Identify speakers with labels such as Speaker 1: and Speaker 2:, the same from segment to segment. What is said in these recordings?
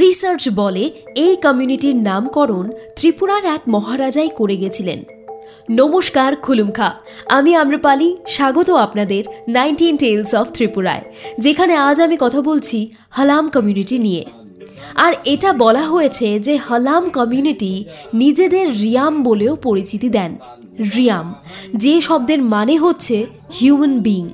Speaker 1: Research বলে এই কমিউনিটির নামকরণ ত্রিপুরার এক মহারাজাই করে গেছিলেন নমস্কার খুলুমখা আমি আম্রপালি স্বাগত আপনাদের নাইনটিন টেলস অফ ত্রিপুরায় যেখানে আজ আমি কথা বলছি হালাম কমিউনিটি নিয়ে আর এটা বলা হয়েছে যে হালাম কমিউনিটি নিজেদের রিয়াম বলেও পরিচিতি দেন রিয়াম যে শব্দের মানে হচ্ছে হিউম্যান বিং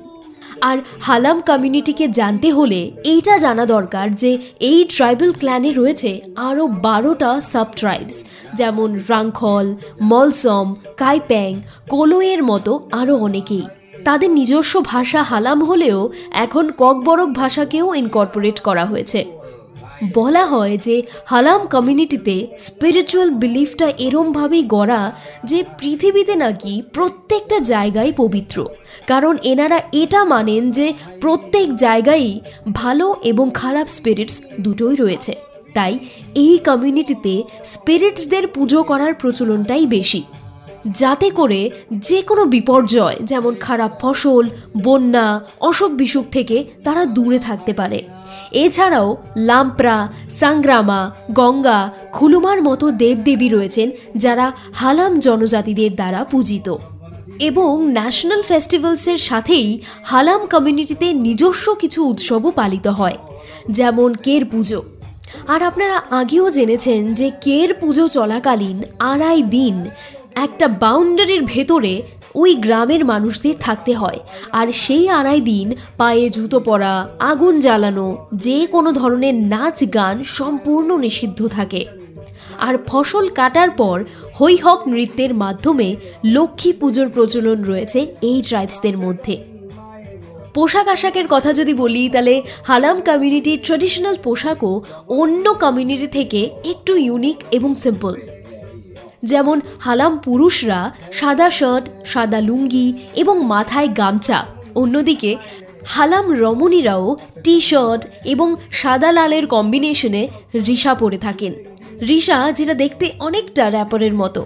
Speaker 1: আর হালাম কমিউনিটিকে জানতে হলে এইটা জানা দরকার যে এই ট্রাইবাল ক্ল্যানে রয়েছে আরও বারোটা সাব ট্রাইবস যেমন রাংখল মলসম কাইপ্যাং কোলোয়ের মতো আরও অনেকেই তাদের নিজস্ব ভাষা হালাম হলেও এখন ককবরক ভাষাকেও ইনকর্পোরেট করা হয়েছে বলা হয় যে হালাম কমিউনিটিতে স্পিরিচুয়াল বিলিফটা এরমভাবেই গড়া যে পৃথিবীতে নাকি প্রত্যেকটা জায়গায় পবিত্র কারণ এনারা এটা মানেন যে প্রত্যেক জায়গায়ই ভালো এবং খারাপ স্পিরিটস দুটোই রয়েছে তাই এই কমিউনিটিতে স্পিরিটসদের পুজো করার প্রচলনটাই বেশি যাতে করে যে কোনো বিপর্যয় যেমন খারাপ ফসল বন্যা অসুখ বিসুখ থেকে তারা দূরে থাকতে পারে এছাড়াও লাম্প্রা সাংগ্রামা গঙ্গা খুলুমার মতো দেবদেবী রয়েছেন যারা হালাম জনজাতিদের দ্বারা পূজিত এবং ন্যাশনাল ফেস্টিভ্যালসের সাথেই হালাম কমিউনিটিতে নিজস্ব কিছু উৎসবও পালিত হয় যেমন কের পুজো আর আপনারা আগেও জেনেছেন যে কের পুজো চলাকালীন আড়াই দিন একটা বাউন্ডারির ভেতরে ওই গ্রামের মানুষদের থাকতে হয় আর সেই আড়াই দিন পায়ে জুতো পরা আগুন জ্বালানো যে কোনো ধরনের নাচ গান সম্পূর্ণ নিষিদ্ধ থাকে আর ফসল কাটার পর হৈহক নৃত্যের মাধ্যমে লক্ষ্মী পুজোর প্রচলন রয়েছে এই ট্রাইবসদের মধ্যে পোশাক আশাকের কথা যদি বলি তাহলে হালাম কমিউনিটির ট্রেডিশনাল পোশাকও অন্য কমিউনিটি থেকে একটু ইউনিক এবং সিম্পল যেমন হালাম পুরুষরা সাদা শার্ট সাদা লুঙ্গি এবং মাথায় গামছা অন্যদিকে হালাম রমণীরাও টি শার্ট এবং সাদা লালের কম্বিনেশনে রিসা পরে থাকেন রিসা যেটা দেখতে অনেকটা র্যাপারের মতো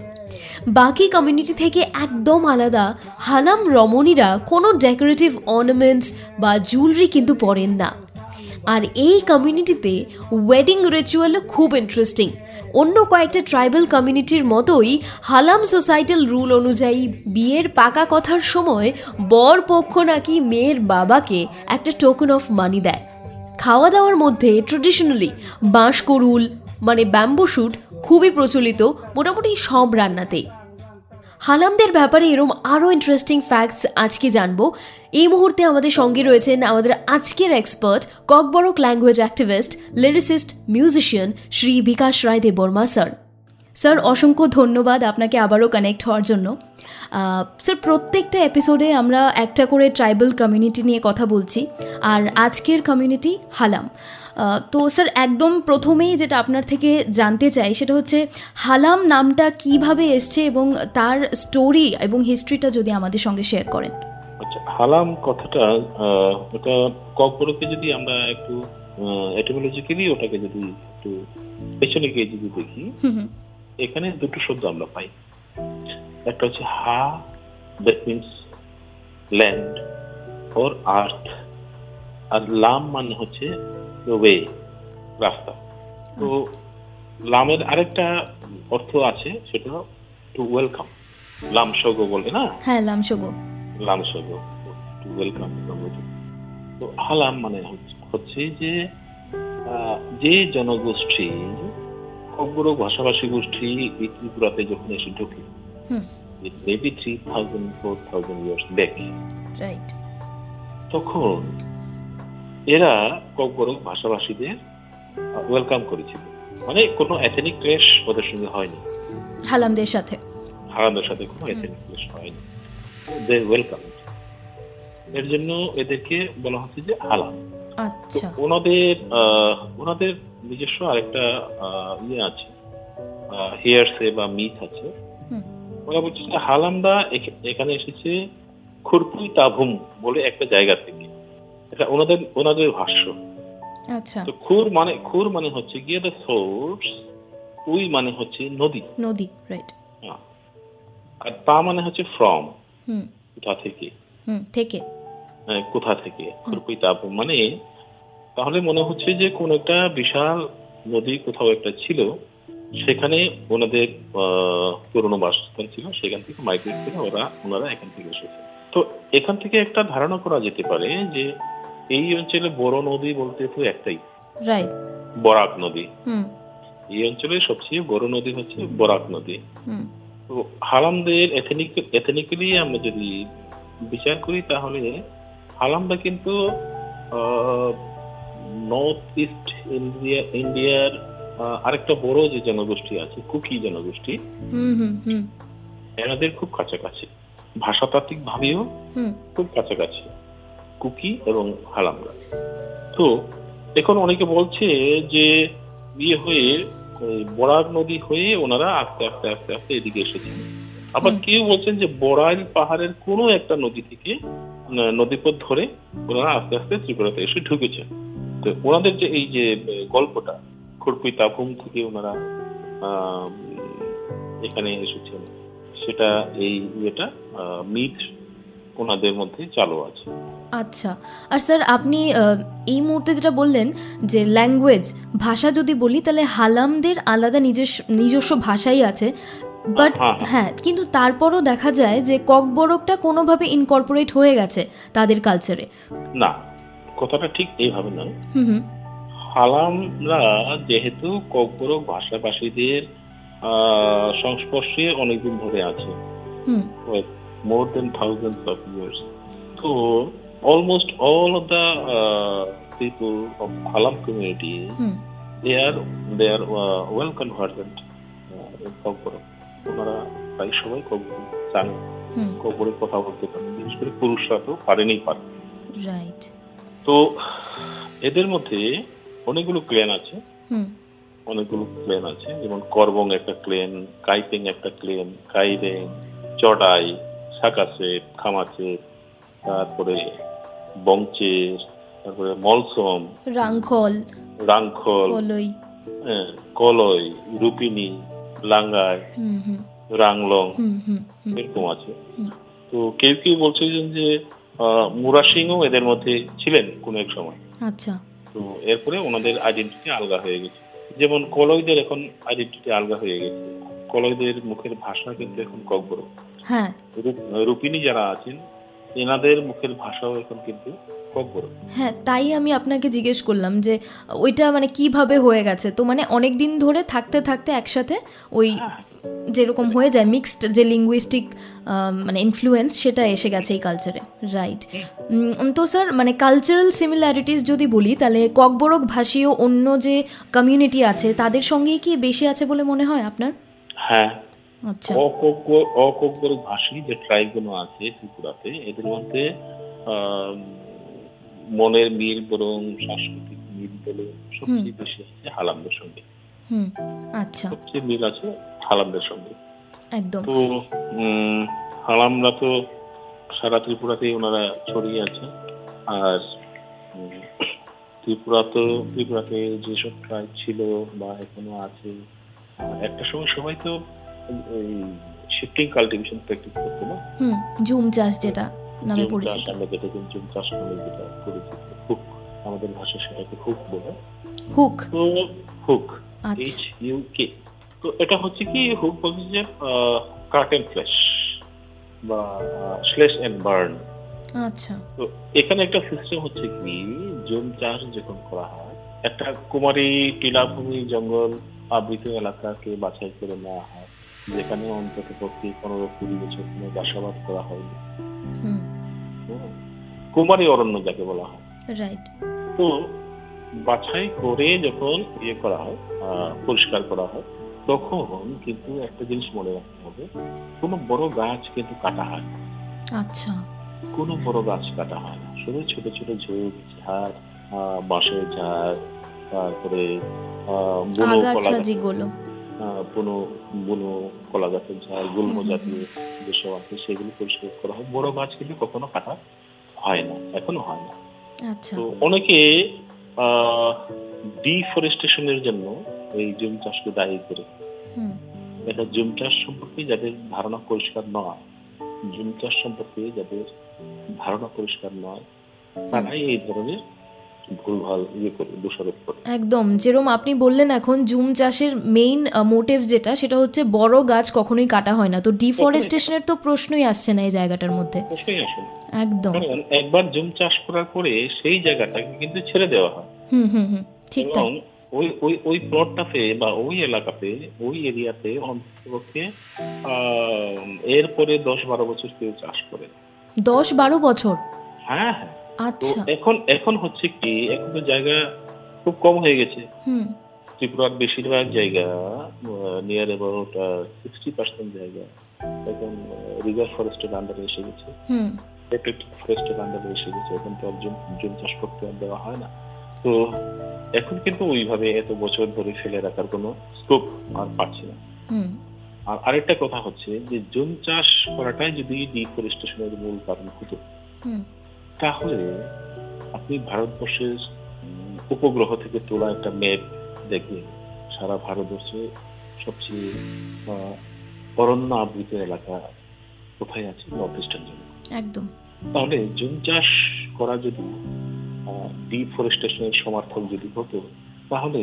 Speaker 1: বাকি কমিউনিটি থেকে একদম আলাদা হালাম রমণীরা কোনো ডেকোরেটিভ অর্নামেন্টস বা জুয়েলারি কিন্তু পরেন না আর এই কমিউনিটিতে ওয়েডিং রিচুয়ালও খুব ইন্টারেস্টিং অন্য কয়েকটা ট্রাইবাল কমিউনিটির মতোই হালাম সোসাইটাল রুল অনুযায়ী বিয়ের পাকা কথার সময় বর পক্ষ নাকি মেয়ের বাবাকে একটা টোকেন অফ মানি দেয় খাওয়া দাওয়ার মধ্যে ট্রেডিশনালি বাঁশকরুল মানে ব্যাম্বু শ্যুট খুবই প্রচলিত মোটামুটি সব রান্নাতেই হালামদের ব্যাপারে এরম আরও ইন্টারেস্টিং ফ্যাক্টস আজকে জানবো এই মুহূর্তে আমাদের সঙ্গে রয়েছেন আমাদের আজকের expert Kokborok language activist lyricist musician Shri Bikash Roy Debbarma sir sir অসংখ্য ধন্যবাদ আপনাকে আবারও কানেক্ট হওয়ার জন্য আহ, স্যার প্রত্যেকটা এপিসোডে আমরা একটা করে ট্রাইবাল কমিউনিটি নিয়ে কথা বলছি আর আজকের কমিউনিটি হালাম আহ, তো স্যার একদম প্রথমেই যেটা আপনার থেকে জানতে চাই সেটা হচ্ছে হালাম নামটা কিভাবে এসছে এবং তার স্টোরি এবং হিস্ট্রিটা যদি আমাদের সঙ্গে শেয়ার করেন
Speaker 2: আচ্ছা হালাম কথাটা আহ, ওটা ককবরকে যদি আমরা একটু এটিমোলজিক্যালি ওটাকে যদি একটু পেছনে গিয়ে যদি দেখি
Speaker 1: হুম হুম
Speaker 2: এখানে দুটো শব্দ আমরা পাই একটা হচ্ছে হা that means land or earth আর লাম মানে হচ্ছে ওয়ে রাস্তা তো
Speaker 1: আচ্ছা।
Speaker 2: লামের আরেকটা অর্থ আছে সেটা টু ওয়েলকাম লাম সর্গ বলে না
Speaker 1: হ্যাঁ লামসগো
Speaker 2: লামসর্গ টু ওয়েলকাম তো হালাম মানে হচ্ছে- হচ্ছে যে আহ, যে জনগোষ্ঠী কব্বর ভাষাভাষী গোষ্ঠী এই ত্রিপুরাতে যখন এসে ঢোকে
Speaker 1: hmm
Speaker 2: maybe three thousand four thousand years back
Speaker 1: right
Speaker 2: তখন এরা কব্বর ভাষাভাষীদের ওয়েলকাম করেছিল মানে কোনো এথেনিক ক্লেশ ওদের সঙ্গে হয়নি
Speaker 1: হালামদের সাথে
Speaker 2: হারানোর সাথে কোনো এথেনিক ক্লেশ হয়নি দে ওয়েলকাম এর জন্য এদেরকে বলা হচ্ছে যে হালাম তো
Speaker 1: আচ্ছা
Speaker 2: ওনাদের আহ, ওনাদের নিজস্ব আরেকটা আহ, ইয়ে আছে হেয়ারসে বা মিথ আছে
Speaker 1: হুম।
Speaker 2: ওরা বলছে যে হালামদা এখ- এখানে এসেছে খুরপুই তাভুম বলে একটা জায়গা থেকে এটা ওনাদের ওনাদের ভাষ্য
Speaker 1: আচ্ছা
Speaker 2: তো খুর মানে খুর মানে হচ্ছে গিয়ে দ্য সোর্স উই মানে হচ্ছে নদী
Speaker 1: নদী রাইট
Speaker 2: হ্যাঁ। আর তা মানে হচ্ছে ফ্রম
Speaker 1: হুম
Speaker 2: কোথা থেকে হ্যাঁ,
Speaker 1: হুম থেকে
Speaker 2: আহ, কোথা থেকে খুরপুই তাভুম মানে তাহলে মনে হচ্ছে যে কোন একটা বিশাল নদী কোথাও একটা ছিল সেখানে ওনাদের আহ, পুরনো বাসস্থান ছিল সেখান থেকে মাইগ্রেট করে ওরা ওনারা এখান থেকে এসেছে তো এখান থেকে একটা ধারণা করা যেতে পারে যে এই অঞ্চলে বড় নদী বলতে তো একটাই
Speaker 1: রাইট
Speaker 2: বরাক নদী
Speaker 1: হুম
Speaker 2: এই অঞ্চলের সবচেয়ে বড় নদী হচ্ছে বরাক নদী
Speaker 1: হুম
Speaker 2: তো হালামদের এথেনিক এথেনিক্যালি আমরা যদি বিচার করি তাহলে হালামরা কিন্তু নর্থ ইস্ট ইন্ডিয়া ইন্ডিয়ার আহ, আরেকটা বড় যে জনগোষ্ঠী আছে কুকি জনগোষ্ঠী
Speaker 1: হুম হুম হুম
Speaker 2: এনাদের খুব কাছাকাছি ভাষাতাত্ত্বিক ভাবেও
Speaker 1: হুম
Speaker 2: খুব কাছাকাছি কুকি এবং হালামরা তো এখন অনেকে বলছে যে বিয়ে হয়ে এই বরাক নদী হয়ে ওনারা আস্তে আস্তে আস্তে আস্তে এদিকে এসেছেন আবার
Speaker 1: হুম।
Speaker 2: কেউ বলছেন যে বড়াইল পাহাড়ের কোনো একটা নদী থেকে ন- নদীপথ ধরে ওনারা আস্তে আস্তে ত্রিপুরাতে এসে ঢুকেছেন তো ওনাদের যে এই যে আহ, গল্পটা খুরপুই তাভুম থেকে ওনারা আহ, এখানে এসেছেন সেটা এই ইয়েটা মিথ ওনাদের মধ্যে চালু আছে
Speaker 1: আচ্ছা আর স্যার আপনি আহ, এই মুহূর্তে যেটা বললেন যে ল্যাঙ্গুয়েজ ভাষা যদি বলি তাহলে হালামদের আলাদা নিজস্ব নিজস্ব ভাষাই আছে বাট
Speaker 2: হ্যাঁ, হ্যাঁ।
Speaker 1: হ্যাঁ কিন্তু তারপরও দেখা যায় যে ককবরকটা কোনোভাবে ইনকর্পোরেট হয়ে গেছে তাদের কালচারে
Speaker 2: না কথাটা ঠিক এইভাবে নয়
Speaker 1: হুম হুম
Speaker 2: হালামরা যেহেতু ককবরক ভাষাভাষীদের আহ, সংস্পর্শে অনেকদিন ধরে আছে
Speaker 1: hmm
Speaker 2: more than thousands of years তো almost all of the people of Halam community
Speaker 1: hmm
Speaker 2: they are they are well convergent Kokborok ওনারা প্রায় সবাই ককবরক জানে
Speaker 1: হুম
Speaker 2: ককবরক কথা বলতে পারে বিশেষ করে পুরুষরা তো পারেনি পারে
Speaker 1: রাইট
Speaker 2: তো এদের মধ্যে অনেকগুলো ক্লেন আছে
Speaker 1: হুম
Speaker 2: অনেকগুলো ক্লেন আছে যেমন করবং একটা ক্লেন কাইপিং একটা ক্লেন কাইরেং চডাই সাকাসে খামাচে তারপরে বংচে তারপরে মলসম
Speaker 1: রাংখল
Speaker 2: রাংখল
Speaker 1: কলই
Speaker 2: হ্যাঁ, কলই রূপিনী লাঙ্গাই
Speaker 1: হুম হুম
Speaker 2: রাংলং
Speaker 1: হুম হুম হুম
Speaker 2: এরকম আছে
Speaker 1: হুম।
Speaker 2: তো কেউ কেউ বলছিলেন যে আহ, মুরা সিংও এদের মধ্যে ছিলেন কোনো এক সময়
Speaker 1: আচ্ছা
Speaker 2: তো এরপরে ওনাদের আইডেন্টিটি আলগা হয়ে গেছে যেমন কলয়দের এখন আইডেন্টিটি আলগা হয়ে গেছে কলয়দের মুখের ভাষা কিন্তু এখন ককবর
Speaker 1: হ্যাঁ
Speaker 2: রূপিনী যারা আছেন এনাদের মুখের ভাষাও এখন কিন্তু ককবর
Speaker 1: হ্যাঁ তাই আমি আপনাকে জিজ্ঞেস করলাম যে ওইটা মানে কিভাবে হয়ে গেছে তো মানে অনেক দিন ধরে থাকতে থাকতে একসাথে ওই
Speaker 2: হ্যাঁ।
Speaker 1: যেরকম হয়ে যায় মিক্সড যে লিঙ্গুইস্টিক মানে ইনফ্লুয়েন্স সেটা এসে গেছে এই কালচারে রাইট তো স্যার মানে কালচারাল সিমিলারিটিস যদি বলি তাহলে ককবরক ভাষীয় অন্য যে কমিউনিটি আছে তাদের সঙ্গেই কি বেশি আছে বলে মনে হয় আপনার
Speaker 2: হ্যাঁ
Speaker 1: আচ্ছা
Speaker 2: অককবর অককবর ভাষী যে ট্রাইব গুলো আছে ত্রিপুরাতে এদের মধ্যে আহ, মনের মিল বরং সাংস্কৃতিক মিল বরং সবচেয়ে বেশি আছে হালামদের সঙ্গে
Speaker 1: হুম আচ্ছা
Speaker 2: সবচেয়ে মিল আছে হালামদের সঙ্গে
Speaker 1: একদম
Speaker 2: তো উম, হালামরা তো সারা ত্রিপুরাতেই ওনারা ছড়িয়ে আছে আর উম, ত্রিপুরা তো ত্রিপুরাতে যেসব ট্রাইব ছিল বা এখনো আছে আহ, একটা সময় সবাই তো শিফটিং কাল্টিভেশন প্র্যাকটিস করতো না
Speaker 1: হুম জুম চাষ যেটা নামে
Speaker 2: জুম চাষ
Speaker 1: পরিচিত
Speaker 2: আমরা যেটা জুম চাষ নামে যেটা পরিচিত হুক আমাদের ভাষা সেটাকে হুক বলে
Speaker 1: হুক
Speaker 2: তো হুক এইচ
Speaker 1: আচ্ছা
Speaker 2: ইউ কে তো এটা হচ্ছে কি হুক বলছে যে কার্টেন ফ্ল্যাশ বা স্লেশ এন্ড বার্ন
Speaker 1: আচ্ছা
Speaker 2: তো এখানে একটা সিস্টেম হচ্ছে কি জুম চাষ যখন করা হয় একটা কুমারী টিলাভূমি জঙ্গল আবৃত এলাকাকে বাছাই করে নেওয়া হয় যেখানে অন্তত পক্ষে পনেরো কুড়ি বছর কোনো চাষাবাদ করা হয়নি
Speaker 1: হুম
Speaker 2: হুম। কুমারী অরণ্য যাকে বলা হয়
Speaker 1: রাইট
Speaker 2: তো বাছাই করে যখন ইয়ে করা হয় আহ, পরিষ্কার করা হয় তখন কিন্তু একটা জিনিস মনে রাখতে হবে কোনো বড় গাছ কিন্তু কাটা হয় না।
Speaker 1: আচ্ছা
Speaker 2: কোনো বড় গাছ কাটা হয় না শুধু ছোট ছোট ঝোপ ঝাড় আহ, বাঁশের ঝাড় তারপরে আহ, বুনো কলা
Speaker 1: আগাছা
Speaker 2: গাছ
Speaker 1: যেগুলো
Speaker 2: আহ, বুনো বুনো কলা গাছের ঝাড় গুল্ম
Speaker 1: হুম, হুম,
Speaker 2: জাতীয় যেসব আছে সেগুলো পরিষ্কার করা হয় বড় গাছ কিন্তু কখনো কাটা হয় না এখনো হয় না
Speaker 1: আচ্ছা
Speaker 2: তো অনেকে ডিফরেস্টেশনের জন্য এই জুম চাষকে দায়ী করে
Speaker 1: হুম
Speaker 2: এটা জুম চাষ সম্পর্কে যাদের ধারণা পরিষ্কার নয় জুম চাষ সম্পর্কে যাদের ধারণা পরিষ্কার নয় তারাই এই ধরনের ভুলভাল ইয়ে করে দোষারোপ করে
Speaker 1: একদম যেরম আপনি বললেন এখন জুম চাষের মেইন মোটিভ যেটা সেটা হচ্ছে বড় গাছ কখনোই কাটা হয় না তো ডিফরেস্টেশনের তো প্রশ্নই আসছে না এই জায়গাটার মধ্যে
Speaker 2: প্রশ্নই আসে না।
Speaker 1: একদম
Speaker 2: কারণ একবার জুম চাষ করার পরে সেই জায়গাটাকে কিন্তু ছেড়ে দেওয়া হয়
Speaker 1: হুম হুম হুম ঠিক তাই
Speaker 2: এবং ওই ওই ওই প্লটটাতে বা ওই এলাকাতে ওই এরিয়াতে অন্তপক্ষে আহ, এরপরে দশ বারো বছর কেউ চাষ করে না।
Speaker 1: দশ বারো বছর
Speaker 2: হ্যাঁ হ্যাঁ তো
Speaker 1: আচ্ছা
Speaker 2: এখন এখন হচ্ছে কি এখন তো জায়গা খুব কম হয়ে গেছে
Speaker 1: হুম
Speaker 2: ত্রিপুরার বেশিরভাগ জায়গা নিয়ার অ্যাবাউট সিক্সটি পার্সেন্ট জায়গা এখন রিজার্ভ ফরেস্টের আন্ডারে এসে গেছে
Speaker 1: হুম
Speaker 2: প্রোটেক্টেড ফরেস্টের আন্ডারে এসে গেছে এখন তো আর জুম জুম চাষ করতে আর দেওয়া হয় না তো এখন কিন্তু ওইভাবে এত বছর ধরে ফেলে রাখার কোনো স্কোপ আর পাচ্ছি না
Speaker 1: হুম
Speaker 2: আর আরেকটা কথা হচ্ছে যে জুম চাষ করাটাই যদি ডিফরেস্টেশনের মূল কারণ হতো
Speaker 1: হুম
Speaker 2: তাহলে আপনি ভারতবর্ষের উম, উপগ্রহ থেকে তোলা একটা ম্যাপ দেখবেন সারা ভারতবর্ষে সবচেয়ে আহ, অরণ্য আবৃত এলাকা কোথায় আছে নর্থ ইস্টার্ন জন্য
Speaker 1: একদম
Speaker 2: তাহলে জুম চাষ করা যদি ডিফরেস্টেশনের সমর্থক যদি হতো তাহলে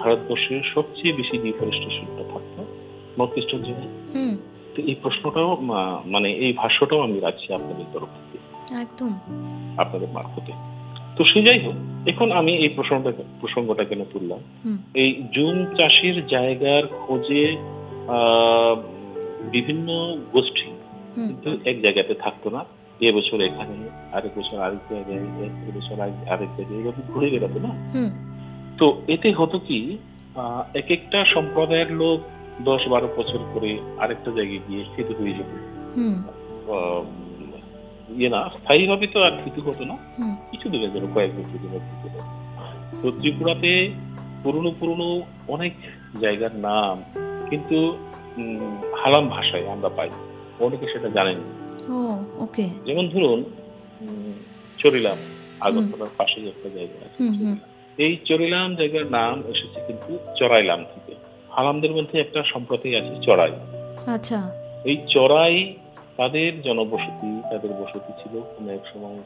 Speaker 2: ভারতবর্ষের সবচেয়ে বেশি ডিফরেস্টেশনটা থাকতো নর্থ ইস্টার্ন জন্য
Speaker 1: হুম
Speaker 2: তো এই প্রশ্নটাও মা- মানে এই ভাষ্যটাও আমি রাখছি আপনাদের তরফ থেকে
Speaker 1: একদম
Speaker 2: আপনাদের মারফতে তো সে যাই হোক এখন আমি এই প্রসঙ্গটা প্রসঙ্গটা কেন তুললাম
Speaker 1: হুম
Speaker 2: এই জুম চাষের জায়গার খোঁজে আহ, বিভিন্ন গোষ্ঠী
Speaker 1: হুম
Speaker 2: কিন্তু এক জায়গাতে থাকতো না এ বছর এখানে আরেক বছর আরেক জায়গায় এক বছর আরেক- আরেক জায়গায় এরকম ঘুরে বেড়াতো না
Speaker 1: হুম
Speaker 2: তো এতে হতো কি আহ, এক একটা সম্প্রদায়ের লোক দশ বারো বছর করে আরেকটা জায়গায় গিয়ে স্থিত হয়ে যেত
Speaker 1: হুম
Speaker 2: আহ, ইয়ে না স্থায়ীভাবে তো আর স্থিত হতো না
Speaker 1: হুম
Speaker 2: কিছু দিনের জন্য কয়েক বছর জন্য ছিল তো ত্রিপুরাতে পুরনো পুরনো অনেক জায়গার নাম কিন্তু উম, হালাম ভাষায় আমরা পাই অনেকে সেটা জানেন না।
Speaker 1: ও ওকে
Speaker 2: যেমন ধরুন উম, চরিলাম আগরতলার পাশে একটা জায়গা আছে
Speaker 1: হুম, হুম।
Speaker 2: এই চরিলাম জায়গার নাম এসেছে কিন্তু চড়াইলাম থেকে হালামদের মধ্যে একটা সম্প্রতি আছে চড়াই
Speaker 1: আচ্ছা
Speaker 2: এই চড়াই তাদের জনবসতি তাদের বসতি ছিল কোনো এক সময়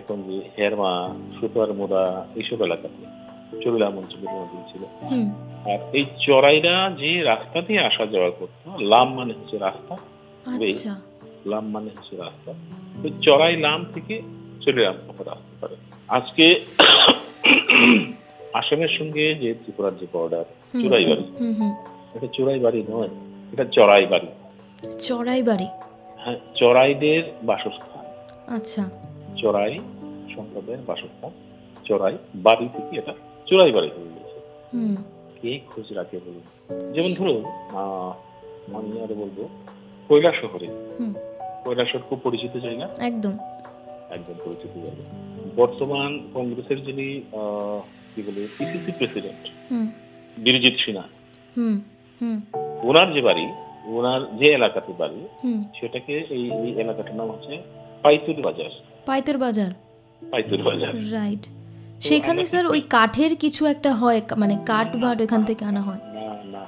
Speaker 2: এখন যে হেরমা সুতার মোড়া এইসব এলাকাতে চরিলাম অঞ্চলের মধ্যে ছিল
Speaker 1: হুম
Speaker 2: আর এই চড়াইরা যে রাস্তা দিয়ে আসা যাওয়া করতো লাম মানে হচ্ছে রাস্তা
Speaker 1: আচ্ছা
Speaker 2: লাম মানে হচ্ছে রাস্তা তো চড়াই লাম থেকে চরিলাম পথে আসতে পারে আজকে আসামের সঙ্গে যে ত্রিপুরার যে বর্ডার
Speaker 1: হুম,
Speaker 2: চোরাই বাড়ি
Speaker 1: হুম হুম
Speaker 2: এটা চোরাই বাড়ি নয় এটা চড়াই বাড়ি
Speaker 1: চড়াই বাড়ি
Speaker 2: হ্যাঁ চড়াইদের বাসস্থান
Speaker 1: আচ্ছা
Speaker 2: চড়াই সম্প্রদায়ের বাসস্থান চড়াই বাড়ি থেকে এটা চোরাই বাড়ি হয়ে গেছে
Speaker 1: হুম
Speaker 2: কে খোঁজ রাখে বলুন যেমন ধরুন আহ, আমি আরো বলবো কৈলা শহরে
Speaker 1: হুম
Speaker 2: কৈলা শহর খুব পরিচিত জায়গা
Speaker 1: একদম
Speaker 2: একদম পরিচিত জায়গা বর্তমান কংগ্রেসের যিনি আহ, কি বলে পিসিসি প্রেসিডেন্ট
Speaker 1: হুম
Speaker 2: বীরজিৎ সিনহা
Speaker 1: হুম হুম
Speaker 2: ওনার যে বাড়ি ওনার যে এলাকাতে বাড়ি
Speaker 1: হুম
Speaker 2: সেটাকে এই এই এলাকাটার নাম হচ্ছে পাইতুর বাজার
Speaker 1: পাইতের বাজার
Speaker 2: পাইতুর বাজার
Speaker 1: রাইট সেখানে
Speaker 2: আমরা
Speaker 1: স্যার ওই কাঠের কিছু একটা হয় কা- মানে কাঠ বাট ওইখান থেকে আনা হয়
Speaker 2: না না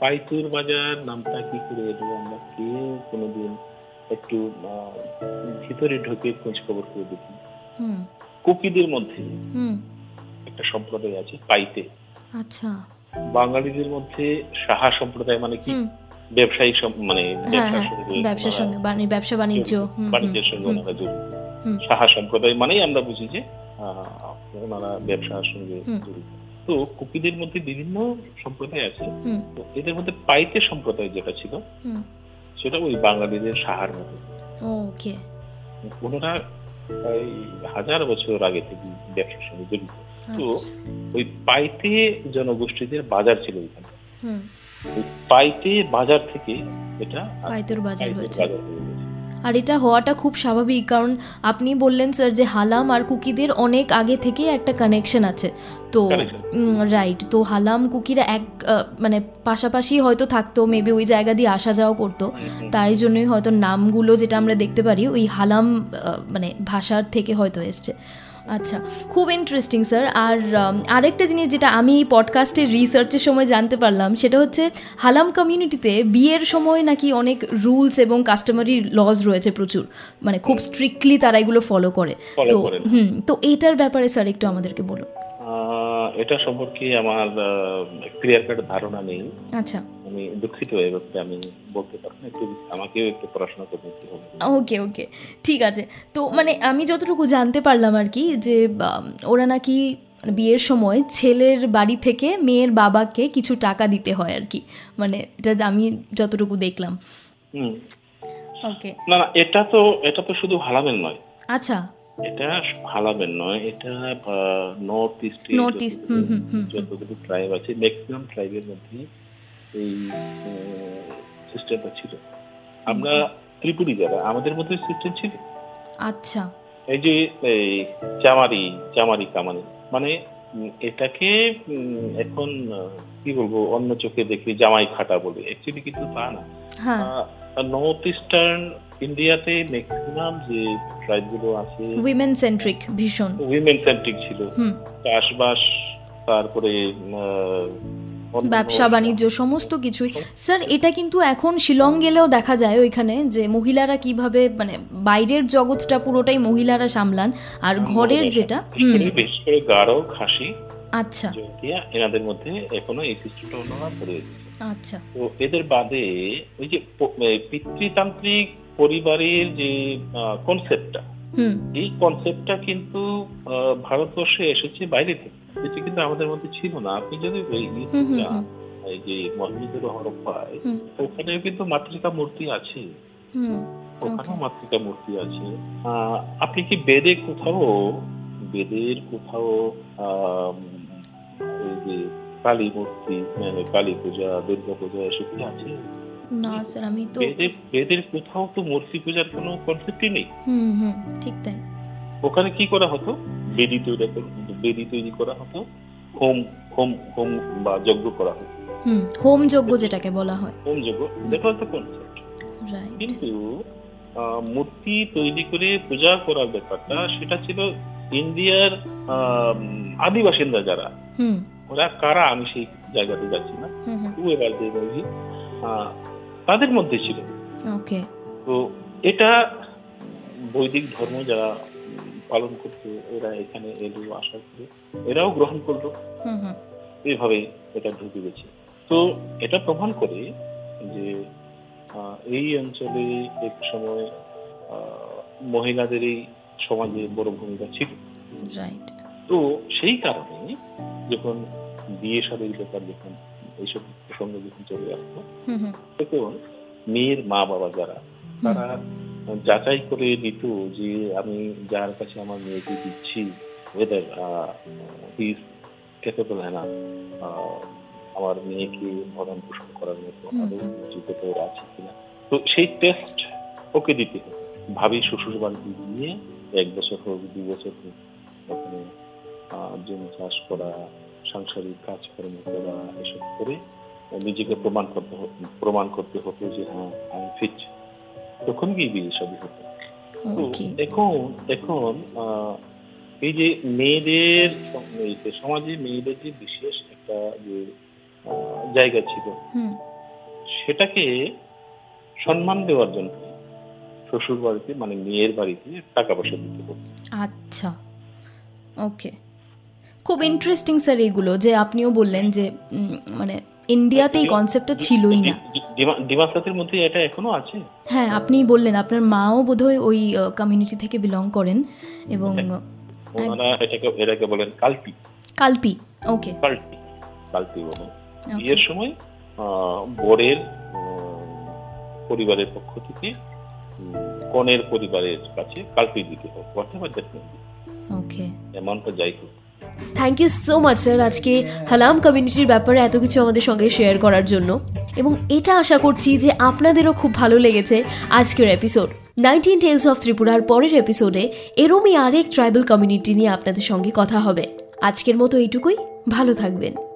Speaker 2: পাইতুর বাজার নামটা কি করে এটা আমরা কেউ কোনোদিন একটু আহ, ভিতরে ঢুকে খোঁজ খবর করে দেখি
Speaker 1: হুম
Speaker 2: কুকিদের মধ্যে
Speaker 1: হুম
Speaker 2: একটা সম্প্রদায় আছে পাইতে
Speaker 1: আচ্ছা
Speaker 2: বাঙালিদের মধ্যে সাহা সম্প্রদায় মানে কি
Speaker 1: হুম
Speaker 2: ব্যবসায়িক সম- মানে
Speaker 1: হ্যাঁ
Speaker 2: ব্যবসার
Speaker 1: হ্যাঁ
Speaker 2: সঙ্গে
Speaker 1: ব্যবসার
Speaker 2: ওনারা
Speaker 1: সঙ্গে বাণি- ব্যবসা বাণিজ্য
Speaker 2: জড়িত,
Speaker 1: হুম,
Speaker 2: বাণিজ্যের সঙ্গে
Speaker 1: হুম,
Speaker 2: ওনারা জড়িত
Speaker 1: হুম।
Speaker 2: সাহা সম্প্রদায় মানেই আমরা বুঝি যে আহ, ওনারা ব্যবসার সঙ্গে
Speaker 1: হুম।
Speaker 2: জড়িত তো কুকিদের মধ্যে বিভিন্ন সম্প্রদায় আছে
Speaker 1: হুম
Speaker 2: তো এদের মধ্যে পাইতে সম্প্রদায় যেটা ছিল
Speaker 1: হুম
Speaker 2: সেটা ওই বাঙালিদের সাহার মতো
Speaker 1: ওকে
Speaker 2: ওনারা এই হাজার বছর আগে থেকে ব্যবসার সঙ্গে জড়িত তো
Speaker 1: আচ্ছা
Speaker 2: ওই পাইতে জনগোষ্ঠীদের বাজার ছিল ওইখানে
Speaker 1: হুম
Speaker 2: ওই পাইতে বাজার থেকে এটা
Speaker 1: পাইতের বাজার
Speaker 2: পাইতে
Speaker 1: হয়েছে
Speaker 2: আচ্ছা, বাজার হয়ে গেছে।
Speaker 1: আর এটা হওয়াটা খুব স্বাভাবিক কারণ আপনি বললেন স্যার যে হালাম আর কুকিদের অনেক আগে থেকে একটা কানেকশন আছে তো
Speaker 2: Connection.
Speaker 1: রাইট তো হালাম কুকিরা এক আহ, মানে পাশাপাশি হয়তো থাকতো মেবি ওই জায়গা দিয়ে আসা যাওয়া করতো তাই জন্যই হয়তো নামগুলো যেটা আমরা দেখতে পারি ওই হালাম আহ, মানে ভাষার থেকে হয়তো এসছে আচ্ছা খুব ইন্টারেস্টিং স্যার আর উম, আরেকটা জিনিস যেটা আমি এই পডকাস্টের রিসার্চের সময় জানতে পারলাম সেটা হচ্ছে হালাম কমিউনিটিতে বিয়ের সময় নাকি অনেক রুলস এবং কাস্টমারি লজ রয়েছে প্রচুর মানে খুব স্ট্রিক্টলি তারা এগুলো ফলো করে
Speaker 2: Follow
Speaker 1: তো
Speaker 2: করেন।
Speaker 1: হুম তো এটার ব্যাপারে স্যার একটু আমাদেরকে বলুন
Speaker 2: আহ, এটা সম্পর্কে আমার ক্লিয়ার কাট ধারণা নেই
Speaker 1: আচ্ছা
Speaker 2: আমি দুঃখিত এই ব্যাপারে আমি বলতে পারবো না। একটু আমাকেও একটু পড়াশোনা করতে হবে
Speaker 1: ওকে ওকে ঠিক আছে তো মানে আমি যতটুকু জানতে পারলাম আর কি যে বাম, ওরা নাকি মানে বিয়ের সময় ছেলের বাড়ি থেকে মেয়ের বাবাকে কিছু টাকা দিতে হয় আর কি মানে এটা আমি যতটুকু দেখলাম
Speaker 2: হুম।
Speaker 1: ওকে
Speaker 2: না না এটা তো এটা তো শুধু হালামের নয়
Speaker 1: আচ্ছা
Speaker 2: এটা হালামের নয় এটা north east
Speaker 1: north east hmm hmm hmm
Speaker 2: যতগুলো ট্রাইব আছে ম্যাক্সিমাম ট্রাইবের মধ্যে এই সিস্টেমটা ছিল আমরা ত্রিপুরি যারা আমাদের মধ্যে সিস্টেম ছিল
Speaker 1: আচ্ছা
Speaker 2: এই যে এই চামারি চামারি কামানি মানে উম, এটাকে উম, এখন আহ, কি বলবো অন্য চোখে দেখি জামাই খাটা বলে অ্যাকচুয়ালি কিন্তু তা না
Speaker 1: হ্যাঁ
Speaker 2: নর্থ ইস্টার্ন ইন্ডিয়াতে ম্যাক্সিমাম যে ট্রাইবগুলো আছে
Speaker 1: উইমেন সেন্ট্রিক ভীষণ
Speaker 2: উইমেন সেন্ট্রিক ছিল
Speaker 1: হুম
Speaker 2: চাষবাস তারপরে আহ, অন্যান্য-
Speaker 1: ব্যবসা বাণিজ্য সমস্ত কিছুই স্যার এটা কিন্তু এখন শিলং গেলেও দেখা যায় ওইখানে যে মহিলারা কিভাবে মানে বাইরের জগৎটা পুরোটাই মহিলারা সামলান আর ঘরের যেটা হুম
Speaker 2: বিশেষ করে- বিশেষ করে গাঢ় খাসি
Speaker 1: আচ্ছা
Speaker 2: জঙ্গিয়া এনাদের মধ্যে এখনো এই সিস্টেমটা অন্যরা করে এসেছে।
Speaker 1: আচ্ছা
Speaker 2: তো এদের বাদে ওই যে প- এ, পিতৃতান্ত্রিক পরিবারের যে কনসেপ্টটা
Speaker 1: হুম
Speaker 2: এই কনসেপ্টটা কিন্তু আহ, ভারতবর্ষে এসেছে বাইরে থেকে যেটা কিন্তু আমাদের মধ্যে ছিল না আপনি যদি ওই
Speaker 1: হুম, হুম, হুম।
Speaker 2: এই যে মহেন্দ্র হরপ্পায়
Speaker 1: হুম।
Speaker 2: ওখানেও কিন্তু মাতৃকা মূর্তি আছে
Speaker 1: হুম
Speaker 2: ওখানেও মাতৃকা মূর্তি আছে আহ, আপনি কি বেদে কোথাও বেদের কোথাও আম, ওই যে কালী মূর্তি মানে কালী পূজা দুর্গা পূজা এসব কি আছে
Speaker 1: না স্যার আমি তো
Speaker 2: বেদের বেদের কোথাও তো মূর্তি পূজার কোনো কনসেপ্টই নেই
Speaker 1: হুম হুম ঠিক তাই
Speaker 2: ওখানে কি করা হতো বেদি তৈরি কর- বেদি তৈরি করা হতো হোম হোম হোম বা যজ্ঞ করা হতো
Speaker 1: হুম হোম যজ্ঞ যেটাকে বলা হয়
Speaker 2: হোম যজ্ঞ that was the concept
Speaker 1: right
Speaker 2: কিন্তু আহ, মূর্তি তৈরি করে পূজা করার ব্যাপারটা সেটা ছিল ইন্ডিয়ার আহ, উম, আদিবাসিন্দা যারা
Speaker 1: হুম
Speaker 2: ওরা কারা আমি সেই জায়গাতে যাচ্ছি না
Speaker 1: হুম হুম
Speaker 2: who ever they may be, আহ, তাদের মধ্যে ছিল
Speaker 1: ওকে
Speaker 2: তো এটা বৈদিক ধর্ম যারা পালন করতো এরা এখানে এলো আশা করে এরাও গ্রহণ করলো
Speaker 1: হুম হুম
Speaker 2: এইভাবে এটা ঢুকে গেছে তো এটা প্রমাণ করে যে আহ, এই অঞ্চলে এক সময় আহ, মহিলাদেরই সমাজে বড় ভূমিকা ছিল
Speaker 1: রাইট
Speaker 2: তো সেই কারণে যখন বিয়ে শাদীর ব্যাপার যখন এইসব প্রসঙ্গ যখন চলে আসতো
Speaker 1: হুম হুম
Speaker 2: তখন মেয়ের মা বাবা যারা তারা যাচাই করে দিত যে আমি যার কাছে আমার মেয়েকে দিচ্ছি ওয়েদার ইজ ক্যাপেবল হ্যাঁ আমার মেয়েকে ভরণ পোষণ করার মতো
Speaker 1: হুম।
Speaker 2: আদৌ যোগ্যতা ওর আছে কিনা তো সেই টেস্ট ওকে দিতে হতো ভাবি শ্বশুর বাড়িতে গিয়ে এক বছর হোক দুই বছর হোক ওখানে আহ, জমি চাষ করা সাংসারিক কাজকর্ম করা এসব করে নিজেকে প্রমাণ করতে হ- প্রমাণ করতে হতো যে হ্যাঁ আমি ফিট তখন গিয়ে বিয়ে শাদী হতো তো
Speaker 1: ওকে
Speaker 2: এখন এখন আহ, এই যে মেয়েদের সম- এই যে সমাজে মেয়েদের যে বিশেষ একটা যে আহ, জায়গা ছিল
Speaker 1: হুম
Speaker 2: সেটাকে সম্মান দেওয়ার জন্য শ্বশুর বাড়িতে মানে মেয়ের বাড়িতে টাকা পয়সা দিতে হতো
Speaker 1: আচ্ছা ওকে খুব ইন্টারেস্টিং স্যার এইগুলো যে আপনিও বললেন যে উম, মানে ইন্ডিয়াতে এই কনসেপ্টটা ছিলই না
Speaker 2: ডিমাসাতের মধ্যে এটা এখনো আছে
Speaker 1: হ্যাঁ আপনি বললেন আপনার মাও বোধহয় ওই কমিউনিটি থেকে বিলং করেন এবং
Speaker 2: হ্যাঁ। ওনারা এটাকে এটাকে বলেন কাল্পি
Speaker 1: কালপি ওকে
Speaker 2: পাল্টি পাল্টি বলে বিয়ের সময় আহ, বরের উম, পরিবারের পক্ষ থেকে উম, কনের পরিবারের কাছে কালপি দিতে হবে হোয়াটএভার দ্যাট
Speaker 1: ওকে
Speaker 2: অ্যামাউন্টটা যাই হোক
Speaker 1: thank you so much sir আজকে হালাম কমিউনিটির ব্যাপারে এত কিছু আমাদের সঙ্গে শেয়ার করার জন্য এবং এটা আশা করছি যে আপনাদেরও খুব ভালো লেগেছে আজকের এপিসোড নাইনটিন টেলস অফ ত্রিপুরার পরের এপিসোডে এরমই আরেক ট্রাইবাল কমিউনিটি নিয়ে আপনাদের সঙ্গে কথা হবে আজকের মতো এইটুকুই ভালো থাকবেন